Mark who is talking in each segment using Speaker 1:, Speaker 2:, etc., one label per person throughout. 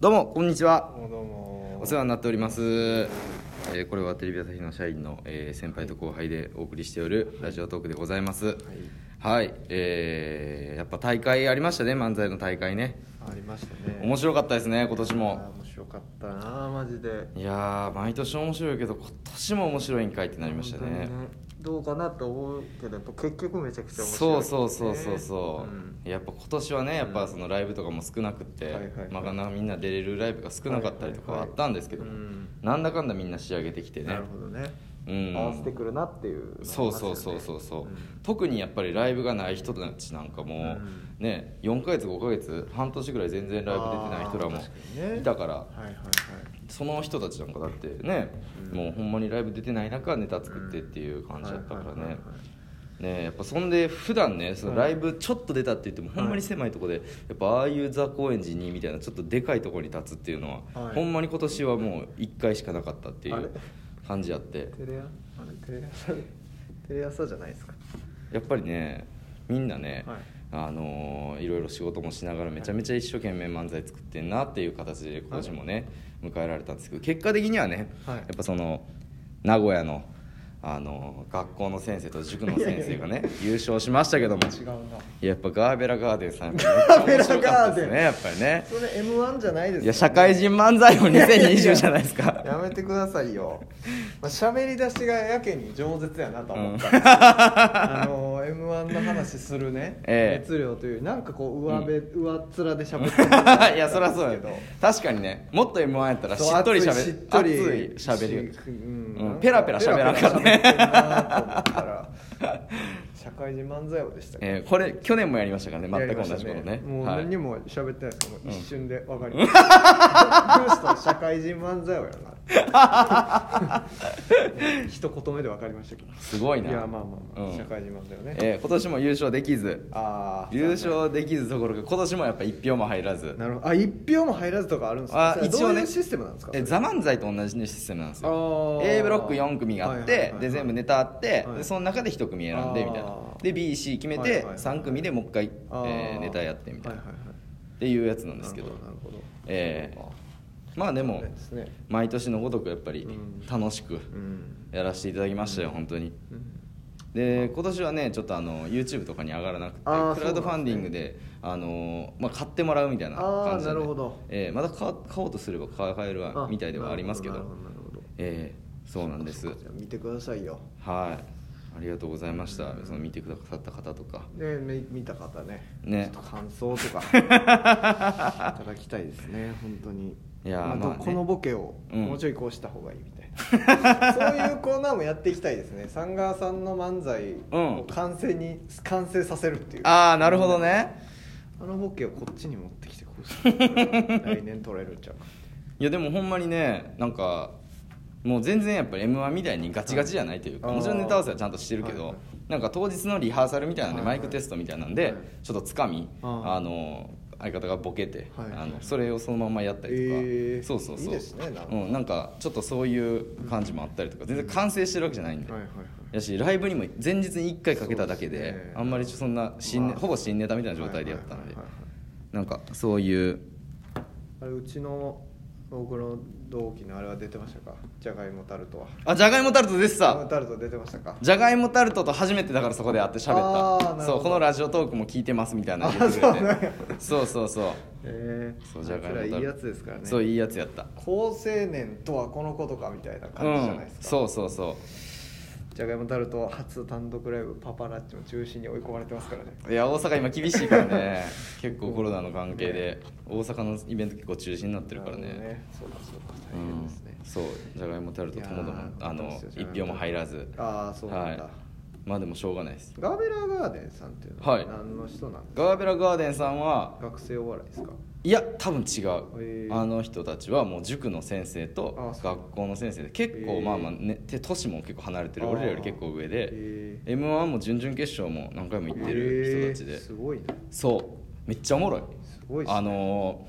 Speaker 1: どうもこんにちは
Speaker 2: どうもどうも
Speaker 1: お世話になっております、えーこれはテレビ朝日の社員の、えー先輩と後輩でお送りしておるラジオトークでございますはい、えーやっぱ大会ありましたね漫才の大会ね
Speaker 2: ありましたね
Speaker 1: 面白かったですね今年
Speaker 2: いや
Speaker 1: も
Speaker 2: 面白かったなあマジで
Speaker 1: いやー毎年面白いけど今年も面白いんかいってなりました
Speaker 2: 本
Speaker 1: ね
Speaker 2: 当にどうかなと思うけどやっぱ結局めちゃくちゃ面白い、
Speaker 1: そうそうそうそうそう、
Speaker 2: ん
Speaker 1: やっぱ今年はねやっぱそのライブとかも少なくって、
Speaker 2: はいはいはい
Speaker 1: まあなみんな出れるライブが少なかったりとかはあったんですけど、
Speaker 2: はいはいはいうん
Speaker 1: なんだかんだみんな仕上げてきて
Speaker 2: な
Speaker 1: ね
Speaker 2: るほどね、
Speaker 1: うん
Speaker 2: 合わせてくるなっていうのがあります
Speaker 1: そ
Speaker 2: よね、
Speaker 1: うそうそうそうそう、
Speaker 2: ん
Speaker 1: 特にやっぱりライブがない人たちなんかも、
Speaker 2: う
Speaker 1: ね4ヶ月5ヶ月半年ぐらい全然ライブ出てない人ら
Speaker 2: あー確かに
Speaker 1: も
Speaker 2: ね
Speaker 1: いたから、
Speaker 2: はいはいはい
Speaker 1: その人たちなんかだってね、
Speaker 2: うん
Speaker 1: もうほんまにライブ出てない中ネタ作ってっていう感じだったから
Speaker 2: はいはいはい
Speaker 1: ね
Speaker 2: は
Speaker 1: ねやっぱそんで普段ねそのライブちょっと出たって言ってもほんまに狭いとこでやっぱああいう座高円寺にみたいなちょっとでかいとこに立つっていうのは、
Speaker 2: はい
Speaker 1: ほんまに今年はもう1回しかなかったってい
Speaker 2: あれ
Speaker 1: う感じあって
Speaker 2: いテレ朝あれテレ朝テレ朝じゃないですか
Speaker 1: やっぱりねみんなね、
Speaker 2: はい
Speaker 1: あのーいろいろ仕事もしながらめちゃめちゃ一生懸命漫才作ってんなっていう形で今年もね、迎えられたんですけど結果的にはね、
Speaker 2: はい
Speaker 1: やっぱその名古屋の、あのー学校の先生と塾の先生が ね優勝しましたけども
Speaker 2: 違うな
Speaker 1: やっぱガーベラガーデンさんがめっちゃ面白かったですねやっぱりね
Speaker 2: それ m 1じゃないです
Speaker 1: いや社会人漫才の2020じゃないです か
Speaker 2: やめてくださいよ、まあ、喋り出しがやけに饒舌やなと思った、んですよ あの m 1の話するね、
Speaker 1: ええ
Speaker 2: 熱量というなんかこう上べ、上っ面で喋 ってる感じが
Speaker 1: いやそりゃそうや
Speaker 2: けど
Speaker 1: 確かにねもっと m 1やったらし
Speaker 2: そう
Speaker 1: っとりしゃべ
Speaker 2: 熱いしっとり
Speaker 1: しゃべるよ
Speaker 2: し
Speaker 1: う
Speaker 2: う
Speaker 1: ん
Speaker 2: ん
Speaker 1: ペラペラしゃべらんかったね
Speaker 2: ペラペラ喋ってんなと思ったら社会人漫才王でしたけど
Speaker 1: えーこれ去年もやりましたから
Speaker 2: や
Speaker 1: ね
Speaker 2: り
Speaker 1: 全
Speaker 2: ま
Speaker 1: く
Speaker 2: し
Speaker 1: 同
Speaker 2: た
Speaker 1: じことね
Speaker 2: もう
Speaker 1: はい
Speaker 2: 何も喋ってないですもう一瞬で 分かりました、ブーストの社会人漫才をや な一言目で分かりましたけど
Speaker 1: すごいない
Speaker 2: やまあまあまあ、
Speaker 1: うん
Speaker 2: 社会人漫才をね、
Speaker 1: えー今年も優勝できず
Speaker 2: ああ
Speaker 1: 優勝できずどころか今年もやっぱ1票も入らず
Speaker 2: なるほどあ一票も入らずとかあるんですか
Speaker 1: あ
Speaker 2: それ
Speaker 1: 一応ね
Speaker 2: どういうシステムなんですか
Speaker 1: えーザ・漫才と同じシステムなんですよ
Speaker 2: あー
Speaker 1: A ブロック4組があっ
Speaker 2: はいはい
Speaker 1: て
Speaker 2: はい
Speaker 1: で全部ネタあって
Speaker 2: はい
Speaker 1: でその中で1組選んでみたいな
Speaker 2: あー
Speaker 1: で BC 決め
Speaker 2: はいはい
Speaker 1: て
Speaker 2: はい
Speaker 1: 3組でもう一回
Speaker 2: あー
Speaker 1: えーネタやってみたいなっ
Speaker 2: はいはいはい
Speaker 1: ていうやつなんですけど
Speaker 2: なるほどなるほど
Speaker 1: えーまあでも
Speaker 2: そうですね
Speaker 1: 毎年のごとくやっぱり
Speaker 2: うん
Speaker 1: 楽しく
Speaker 2: うん、
Speaker 1: やらせていただきましたよ本当に
Speaker 2: うん
Speaker 1: で今年はねちょっとあの YouTube とかに上がらなくてク
Speaker 2: あー
Speaker 1: ラウドファンディングであの、まあ、買ってもらうみたいな感じで
Speaker 2: あーなるほど
Speaker 1: えーまた買買おうとすれば買えるわみたいではありますけど
Speaker 2: なるほなるほど
Speaker 1: えーそうなんです
Speaker 2: じゃあ見てくださいよ
Speaker 1: はいありがとうございました、その見てくださった方とか
Speaker 2: ねみ見た方ね
Speaker 1: ね
Speaker 2: ちょっと感想 とかいただきたいですね本当に
Speaker 1: いやー
Speaker 2: まあ
Speaker 1: まあね
Speaker 2: このボケを
Speaker 1: うん
Speaker 2: もうちょいこうした方がいいみたい な、そういうコーナーもやっていきたいですねサンガーさんの漫才を完成に、完成させるっていう
Speaker 1: ああなるほどね
Speaker 2: あのボケをこっちに持ってきてこうし て来年取れるんちゃうか
Speaker 1: いやでもほんまにねなんかもう全然やっぱり m 1みたいにガチガチじゃないというか、
Speaker 2: はい
Speaker 1: もちろんネタ合わせはちゃんとしてるけど、
Speaker 2: はいはい
Speaker 1: なんか当日のリハーサルみたいなんで、
Speaker 2: はいはい
Speaker 1: マイクテストみたいなんで、
Speaker 2: はい
Speaker 1: ちょっとつかみ、
Speaker 2: あー
Speaker 1: あの相方がボケて、
Speaker 2: はいはい
Speaker 1: あのそれをそのままやったりとか、
Speaker 2: えー
Speaker 1: そうそうそう
Speaker 2: いいですねなんか
Speaker 1: うん、なんかちょっとそういう感じもあったりとか全然完成してるわけじゃないんで、
Speaker 2: はいはい
Speaker 1: やしライブにも前日に1回かけただけで
Speaker 2: そうですね
Speaker 1: あんまりそんな新ネ、
Speaker 2: まあ
Speaker 1: ほぼ新ネタみたいな状態でやったんで、
Speaker 2: はいはいはいはい
Speaker 1: なんかそういう
Speaker 2: あれうちの僕の同期のあれは出てましたかじゃがいもタルトは
Speaker 1: あじゃがいもタルトでし
Speaker 2: じゃ
Speaker 1: た
Speaker 2: がいもタルト出てましたか
Speaker 1: じゃがいもタルトと初めてだからそこで会って喋
Speaker 2: あー
Speaker 1: っ
Speaker 2: なる
Speaker 1: た
Speaker 2: ほど
Speaker 1: そうこのラジオトークも聞いてますみたいな
Speaker 2: あ
Speaker 1: 言ってくれて
Speaker 2: そうなんや
Speaker 1: そうそうそう
Speaker 2: ええ
Speaker 1: そうじゃがいも
Speaker 2: あ
Speaker 1: タル
Speaker 2: いつ
Speaker 1: ト
Speaker 2: らいいやつですからね
Speaker 1: そういいやつやった
Speaker 2: 高青年とはこのことかみたいな
Speaker 1: う
Speaker 2: 感じじゃない
Speaker 1: ん
Speaker 2: ですか、
Speaker 1: そうそうそ
Speaker 2: じゃがいもタルト初単独ライブパパラッチも中心に追い込まれてますからね
Speaker 1: ういや大阪今厳しいから ね結構コロナの関係で大阪のイベント結構中止になってるから
Speaker 2: なほど
Speaker 1: ね
Speaker 2: そうかそうか
Speaker 1: う
Speaker 2: 大変
Speaker 1: ん
Speaker 2: ですね、
Speaker 1: そうじゃがいもタルトともど
Speaker 2: いや
Speaker 1: も
Speaker 2: ー
Speaker 1: あの
Speaker 2: そうですよ
Speaker 1: 一票も入らず
Speaker 2: ああそうなんだ、
Speaker 1: はいまあでもしょうがないです
Speaker 2: ガーベラガーデンさんっていうの
Speaker 1: は
Speaker 2: はい何の人なんですか、
Speaker 1: ガーベラガーデンさんは
Speaker 2: 学生お笑いですか
Speaker 1: いや多分違う、
Speaker 2: へー
Speaker 1: あの人たちはもう塾の先生と
Speaker 2: あそう
Speaker 1: 学校の先生で結
Speaker 2: へ
Speaker 1: 構
Speaker 2: ー
Speaker 1: まあまあ、ね、て年も結構離れてる
Speaker 2: あー
Speaker 1: 俺らより結構上で、
Speaker 2: へ
Speaker 1: m 1も準々決勝も何回も行ってる人たちで、
Speaker 2: えーすごいね
Speaker 1: そうめっちゃおもろい
Speaker 2: すごいっすね
Speaker 1: あの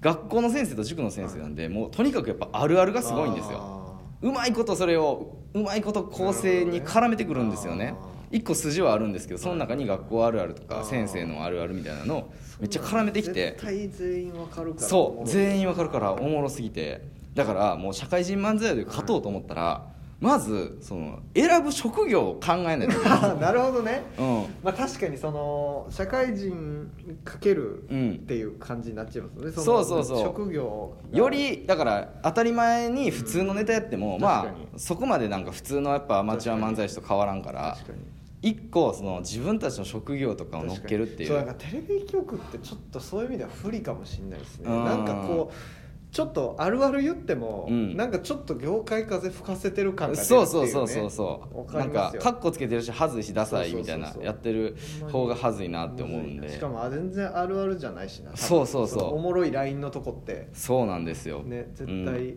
Speaker 1: ー学校の先生と塾の先生なんで、もうとにかくやっぱあるあるがすごいんですよ
Speaker 2: あー
Speaker 1: うまいことそれをうまいこと構成に絡めてくるんですよね
Speaker 2: なるほどねあ
Speaker 1: 一個筋はあるんですけどその中に学校あるあるとか
Speaker 2: あー
Speaker 1: 先生のあるあるみたいなのをめっちゃ絡めてきて
Speaker 2: 絶対全員わかるから
Speaker 1: そう全員わかるかららおもろすぎてだからもう社会人漫才で勝とうと思ったらまずその選ぶ職業を考えない といけない
Speaker 2: なるほどね
Speaker 1: うん
Speaker 2: まあ確かにその社会人かける
Speaker 1: うん
Speaker 2: っていう感じになっちゃいますよね、の
Speaker 1: そうそうそう
Speaker 2: 職業 が
Speaker 1: よりだから当たり前に普通のネタやっても、
Speaker 2: うん
Speaker 1: ま
Speaker 2: 確か
Speaker 1: あそこまでなんか普通のやっぱアマチュア漫才師と変わらんから
Speaker 2: 確かに
Speaker 1: 一個その自分たちの職業とかを乗っけるっていう
Speaker 2: そうなんかテレビ局ってちょっとそういう意味では不利かもしれないですね
Speaker 1: うん
Speaker 2: なんかこうちょっとあるある言っても、
Speaker 1: うん
Speaker 2: なんかちょっと業界風吹かせてる感が出るっていう、
Speaker 1: そう
Speaker 2: ね、
Speaker 1: そうそうそうそう
Speaker 2: な
Speaker 1: なんん
Speaker 2: か
Speaker 1: かカッコつけてるしはずいしダサいみたいな
Speaker 2: そうそうそうそう
Speaker 1: やってる方がはずいなって思うん
Speaker 2: し
Speaker 1: で
Speaker 2: かもあ全然あるあるじゃないしな多分
Speaker 1: そうそうそう
Speaker 2: のおもろいラインのとこって
Speaker 1: そうなんですよ
Speaker 2: ね絶
Speaker 1: うん
Speaker 2: 対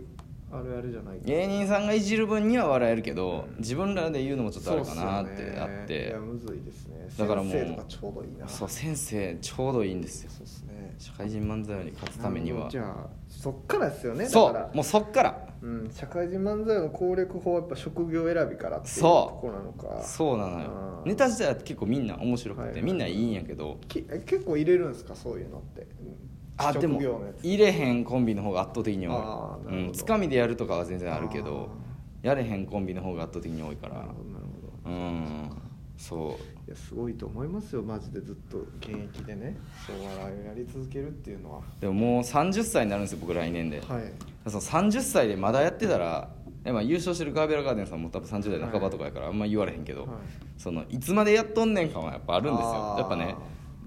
Speaker 2: あるあるじゃない、
Speaker 1: 芸人さんがいじる分には笑えるけど自分らで言うのもちょっとあ
Speaker 2: そう
Speaker 1: る
Speaker 2: っす
Speaker 1: か
Speaker 2: よ
Speaker 1: なっ
Speaker 2: ね
Speaker 1: てあっ
Speaker 2: い
Speaker 1: て
Speaker 2: やむずいですね
Speaker 1: だからもう
Speaker 2: 先生とかちょうどいいな
Speaker 1: そう
Speaker 2: そ
Speaker 1: 先生ちょうどいいんですよ
Speaker 2: うですね
Speaker 1: 社会人漫才に勝つために
Speaker 2: なるほ
Speaker 1: は
Speaker 2: どじゃあそっからですよね
Speaker 1: そ
Speaker 2: だから
Speaker 1: うもうそっから
Speaker 2: うん、社会人漫才の攻略法はやっぱ職業選びからっていうと
Speaker 1: そう
Speaker 2: ころなのか
Speaker 1: そうなの
Speaker 2: う
Speaker 1: よ
Speaker 2: ん
Speaker 1: ネタ自体は結構みんな面白くて、
Speaker 2: はいはい
Speaker 1: みんないいんやけど
Speaker 2: きえ結構入れるんですかそういうのってうん
Speaker 1: あでも
Speaker 2: 職業のやつ
Speaker 1: 入れへんコンビの方が圧倒的に多
Speaker 2: あー
Speaker 1: い
Speaker 2: な
Speaker 1: う
Speaker 2: るほ
Speaker 1: ん
Speaker 2: ど
Speaker 1: つかみでやるとかは全然あるけどやれへんコンビの方が圧倒的に多いか
Speaker 2: なる
Speaker 1: ら
Speaker 2: ほどなるほど
Speaker 1: うんそ
Speaker 2: いやすごいと思いますよマジでずっと現役でねお笑いをやり続けるっていうのは
Speaker 1: うでももう30歳になるんですよ僕来年で、
Speaker 2: はい
Speaker 1: その30歳でまだやってたらえまあ優勝してるガーベラガーデンさんも多分30代半ばとかやからあんま言われへんけど、
Speaker 2: はい
Speaker 1: そのいつまでやっとんねん感はやっぱあるんですよ
Speaker 2: あー
Speaker 1: やっぱね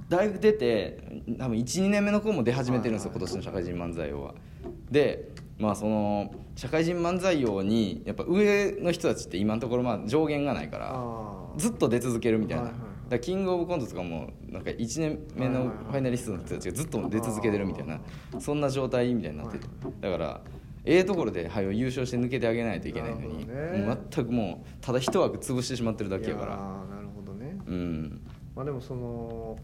Speaker 1: 大学出て多分12年目の子も出始めてるんですよ、
Speaker 2: はいは
Speaker 1: 今
Speaker 2: い
Speaker 1: 年の社会人漫才王はでまあその社会人漫才王にやっぱ上の人たちって今のところまあ上限がないから
Speaker 2: あー
Speaker 1: ずっと出続けるみたいな、
Speaker 2: はいはいはい
Speaker 1: だからキングオブコントとかもなんか1年目
Speaker 2: はい
Speaker 1: の
Speaker 2: はいはい
Speaker 1: ファイナリストの人たちがずっと出続けてるみたいなそんな状態みたいになっててだからええところで、はい、優勝して抜けてあげないといけないのに、
Speaker 2: なるほどね
Speaker 1: もう全くもうただ一枠潰してしまってるだけやか
Speaker 2: いや
Speaker 1: ら
Speaker 2: ーなるほどね
Speaker 1: うん
Speaker 2: まあでもその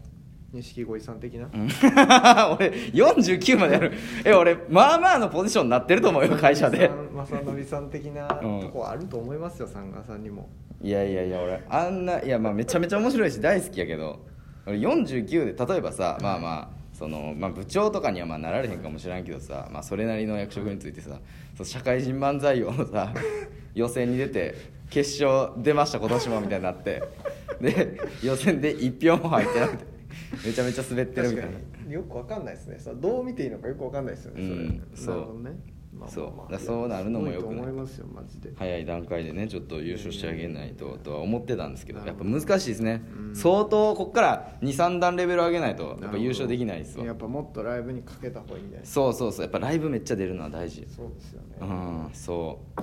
Speaker 2: 錦鯉さん的な
Speaker 1: 俺49までやるえ俺まあまあのポジションになってると思うよ会社で
Speaker 2: 正則さん的な
Speaker 1: うん
Speaker 2: とこあると思いますよ、さんがさんにも
Speaker 1: いやいやいや俺あんないやまあめちゃめちゃ面白いし大好きやけど俺49で例えばさまあまあそのまあ、部長とかにはまあなられへんかもしらんけどさ、まあ、それなりの役職についてさその社会人漫才王のさ 予選に出て決勝出ました今年もみたいになってで予選で1票も入ってなくてめちゃめちゃ滑ってるみ
Speaker 2: 確
Speaker 1: た
Speaker 2: か
Speaker 1: いな
Speaker 2: によくわかんないですねさどう見ていいのかよくわかんないですよねそれ、
Speaker 1: うんそう
Speaker 2: なるほどねまあ
Speaker 1: そう
Speaker 2: まあまあ
Speaker 1: だからそうなるのも良くない
Speaker 2: すごいと思いますよマジで
Speaker 1: 早い段階でねちょっと優勝してあげないととは思ってたんですけど
Speaker 2: な
Speaker 1: や
Speaker 2: る
Speaker 1: っ
Speaker 2: ほ
Speaker 1: ぱ
Speaker 2: ど
Speaker 1: 難しいですね
Speaker 2: うん
Speaker 1: 相当こっから23段レベル上げないとやっぱ優勝できないです
Speaker 2: や
Speaker 1: わ
Speaker 2: っぱもっとライブにかけた方がいいんじゃないですか
Speaker 1: そうそうそうやっぱライブめっちゃ出るのは大事
Speaker 2: そうですよね、
Speaker 1: うんそう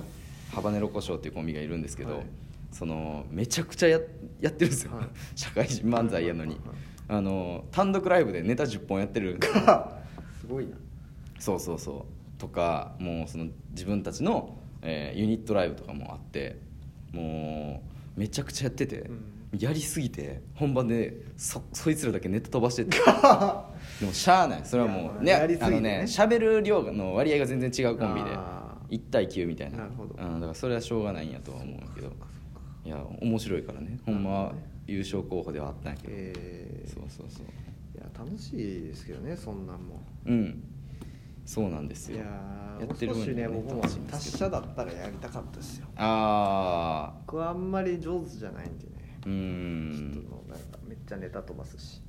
Speaker 1: ハバネロ胡椒っていうコンビがいるんですけど、
Speaker 2: はい
Speaker 1: そのめちゃくちゃややってるんですよ、
Speaker 2: はい
Speaker 1: 社会人漫才やのに
Speaker 2: はいはい
Speaker 1: あの単独ライブでネタ10本やって る
Speaker 2: すごいな
Speaker 1: そうそうそうとかもうその自分たちの、えーユニットライブとかもあってもうめちゃくちゃやってて、
Speaker 2: うん
Speaker 1: やりすぎて本番でそそいつらだけネタ飛ばしてって でもしゃあないそれはもう
Speaker 2: い
Speaker 1: ね
Speaker 2: やまあやりすぎ
Speaker 1: あ
Speaker 2: てね
Speaker 1: のね喋る量の割合が全然違うコンビで
Speaker 2: あ
Speaker 1: 1対9みたいな
Speaker 2: なるほ
Speaker 1: う
Speaker 2: ど
Speaker 1: ん、だからそれはしょうがないんやとは思うけどいや面白いからねほんまは優勝候補ではあったんやけど、
Speaker 2: えー
Speaker 1: そうそうそう
Speaker 2: いや楽しいですけどねそんなんも
Speaker 1: うんそうなんです
Speaker 2: い
Speaker 1: よ
Speaker 2: や
Speaker 1: や
Speaker 2: ー
Speaker 1: ってる
Speaker 2: も
Speaker 1: 分
Speaker 2: う少し
Speaker 1: に
Speaker 2: ね
Speaker 1: はね
Speaker 2: 僕も
Speaker 1: 楽しいんですけど
Speaker 2: 達者だったらやりたかったですよ
Speaker 1: あ
Speaker 2: 僕はあんまり上手じゃないんでね
Speaker 1: あうー
Speaker 2: ちょっ
Speaker 1: ん
Speaker 2: ともうなんかめっちゃネタ飛ばすし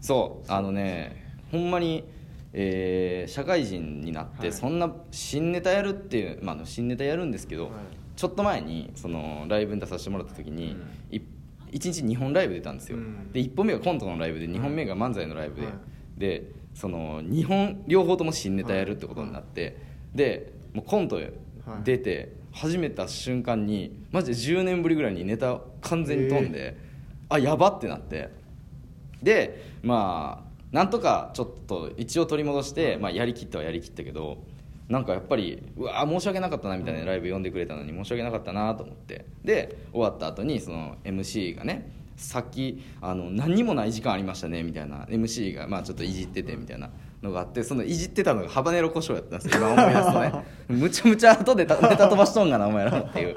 Speaker 1: そうあのねほんまに、えー社会人になっ
Speaker 2: は
Speaker 1: て
Speaker 2: い
Speaker 1: そんな新ネタやるっていう、まああの、新ネタやるんですけど、
Speaker 2: はい
Speaker 1: ちょっと前にそのライブに出させてもらった時に、い1日2本ライブ出たんですよ、
Speaker 2: うん
Speaker 1: で1本目がコントのライブで2本目が漫才のライブで、
Speaker 2: はい
Speaker 1: でその2本両方とも新ネタやるってことになって、でもうコント出て始めた瞬間にマジで10年ぶりぐらいにネタ完全に飛んで、あやばってなってでまあなんとかちょっと一応取り戻して、まあ、やりきったはやりきったけどなんかやっぱりうわー申し訳なかったなみたいなライブ呼んでくれたのに申し訳なかったなと思ってで終わった後にその MC がねさっきあの何にもない時間ありましたねみたいな MC がまあちょっといじっててみたいなのがあってそのいじってたのがハバ ネロ胡椒やったんですよ今思い出すとねむちゃむちゃ後でたネタ飛ばしとんがなお前らっていう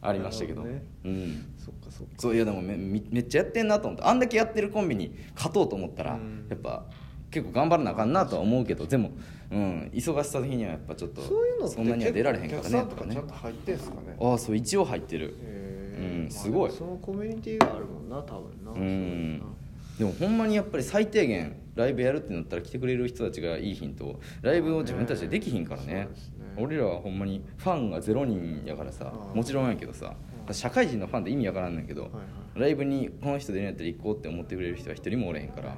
Speaker 1: ありましたけど
Speaker 2: なるほ
Speaker 1: うん
Speaker 2: そっかそっか
Speaker 1: そういやでもめめめっちゃやってんなと思ってあんだけやってるコンビに勝とうと思ったら、
Speaker 2: うん
Speaker 1: やっぱ結構頑張らなあかんなとは思うけどでも、うん、忙しさ的にはやっぱちょっと
Speaker 2: そういうのって
Speaker 1: そんなには出られへんから
Speaker 2: 結構
Speaker 1: ね
Speaker 2: お客
Speaker 1: とか
Speaker 2: さんとか
Speaker 1: ね
Speaker 2: ちゃんと入ってんすかね
Speaker 1: ああそう一応入ってる
Speaker 2: へー
Speaker 1: うんすごい
Speaker 2: まあでもそのコミュニティがあるもんな多分な
Speaker 1: うんでもほんまにやっぱり最低限ライブやるってなったら来てくれる人たちがいいヒントライブを自分たちでできひんからね
Speaker 2: そうですね
Speaker 1: 俺らはほんまにファンがゼロ人やからさ
Speaker 2: うん
Speaker 1: もちろんやけどさ
Speaker 2: うん
Speaker 1: 社会人のファンって意味わからんねんけど、
Speaker 2: いは
Speaker 1: ライブにこの人出るんやったら行こうって思ってくれる人は一人もおれへんから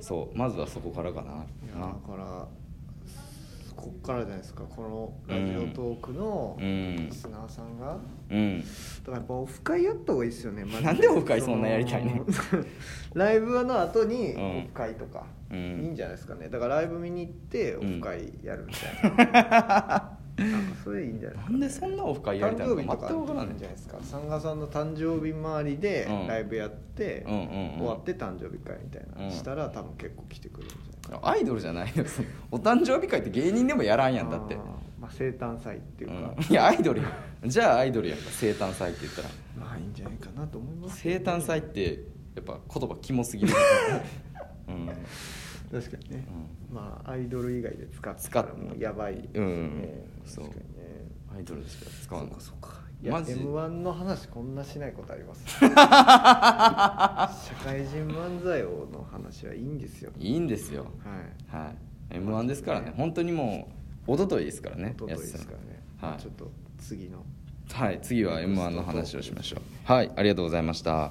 Speaker 1: そうまずはそこからかない
Speaker 2: やだからこっからじゃないですかこのラジオトークの
Speaker 1: うん
Speaker 2: リスナーさんが、
Speaker 1: うん
Speaker 2: だからやっぱオフ会やった方がいいですよねマジで
Speaker 1: なんでオフ会そんなやりたいね
Speaker 2: そのライブの後に
Speaker 1: うん
Speaker 2: オフ会とか、
Speaker 1: うん
Speaker 2: いいんじゃないですかねだからライブ見に行ってオ
Speaker 1: うん
Speaker 2: フ会やるみたい な、なんかそれいいんじゃないです
Speaker 1: な
Speaker 2: か、
Speaker 1: ん
Speaker 2: ね、
Speaker 1: でそんなオフ会やり
Speaker 2: 誕
Speaker 1: たいの
Speaker 2: 生
Speaker 1: か
Speaker 2: 日
Speaker 1: 全く
Speaker 2: とかいい
Speaker 1: 分からんね
Speaker 2: んじゃないですかさんがさんの誕生日周りで
Speaker 1: うん
Speaker 2: ライブやって、
Speaker 1: うんうんうん
Speaker 2: 終わって誕生日会みたいな、
Speaker 1: うん
Speaker 2: したら多分結構来てくれるんじゃないですか
Speaker 1: アイドルじゃないよその お誕生日会って芸人でもやらんやんだって
Speaker 2: あーまあ、生誕祭っていうか、
Speaker 1: うん いやアイドルやじゃあアイドルやんか生誕祭って言ったら
Speaker 2: まあいいんじゃないかなと思います
Speaker 1: 生誕祭ってやっぱ言葉キモす ぎる、うん、
Speaker 2: 確かにね、まあアイドル以外で使ってたらもうやばいです
Speaker 1: 使っ
Speaker 2: よね、確かにね
Speaker 1: アイドルですから使わない
Speaker 2: そうかいや
Speaker 1: マジ
Speaker 2: m 1の話こんなしないことあります 社会人漫才王の話はいいんですよ
Speaker 1: いいんですよ
Speaker 2: はい
Speaker 1: はい、m 1ですからね本当にもう一昨日ですからね
Speaker 2: おとといですからね、
Speaker 1: はい
Speaker 2: ちょっと次の
Speaker 1: 安さんはい次は m 1の話をしましょうはいありがとうございました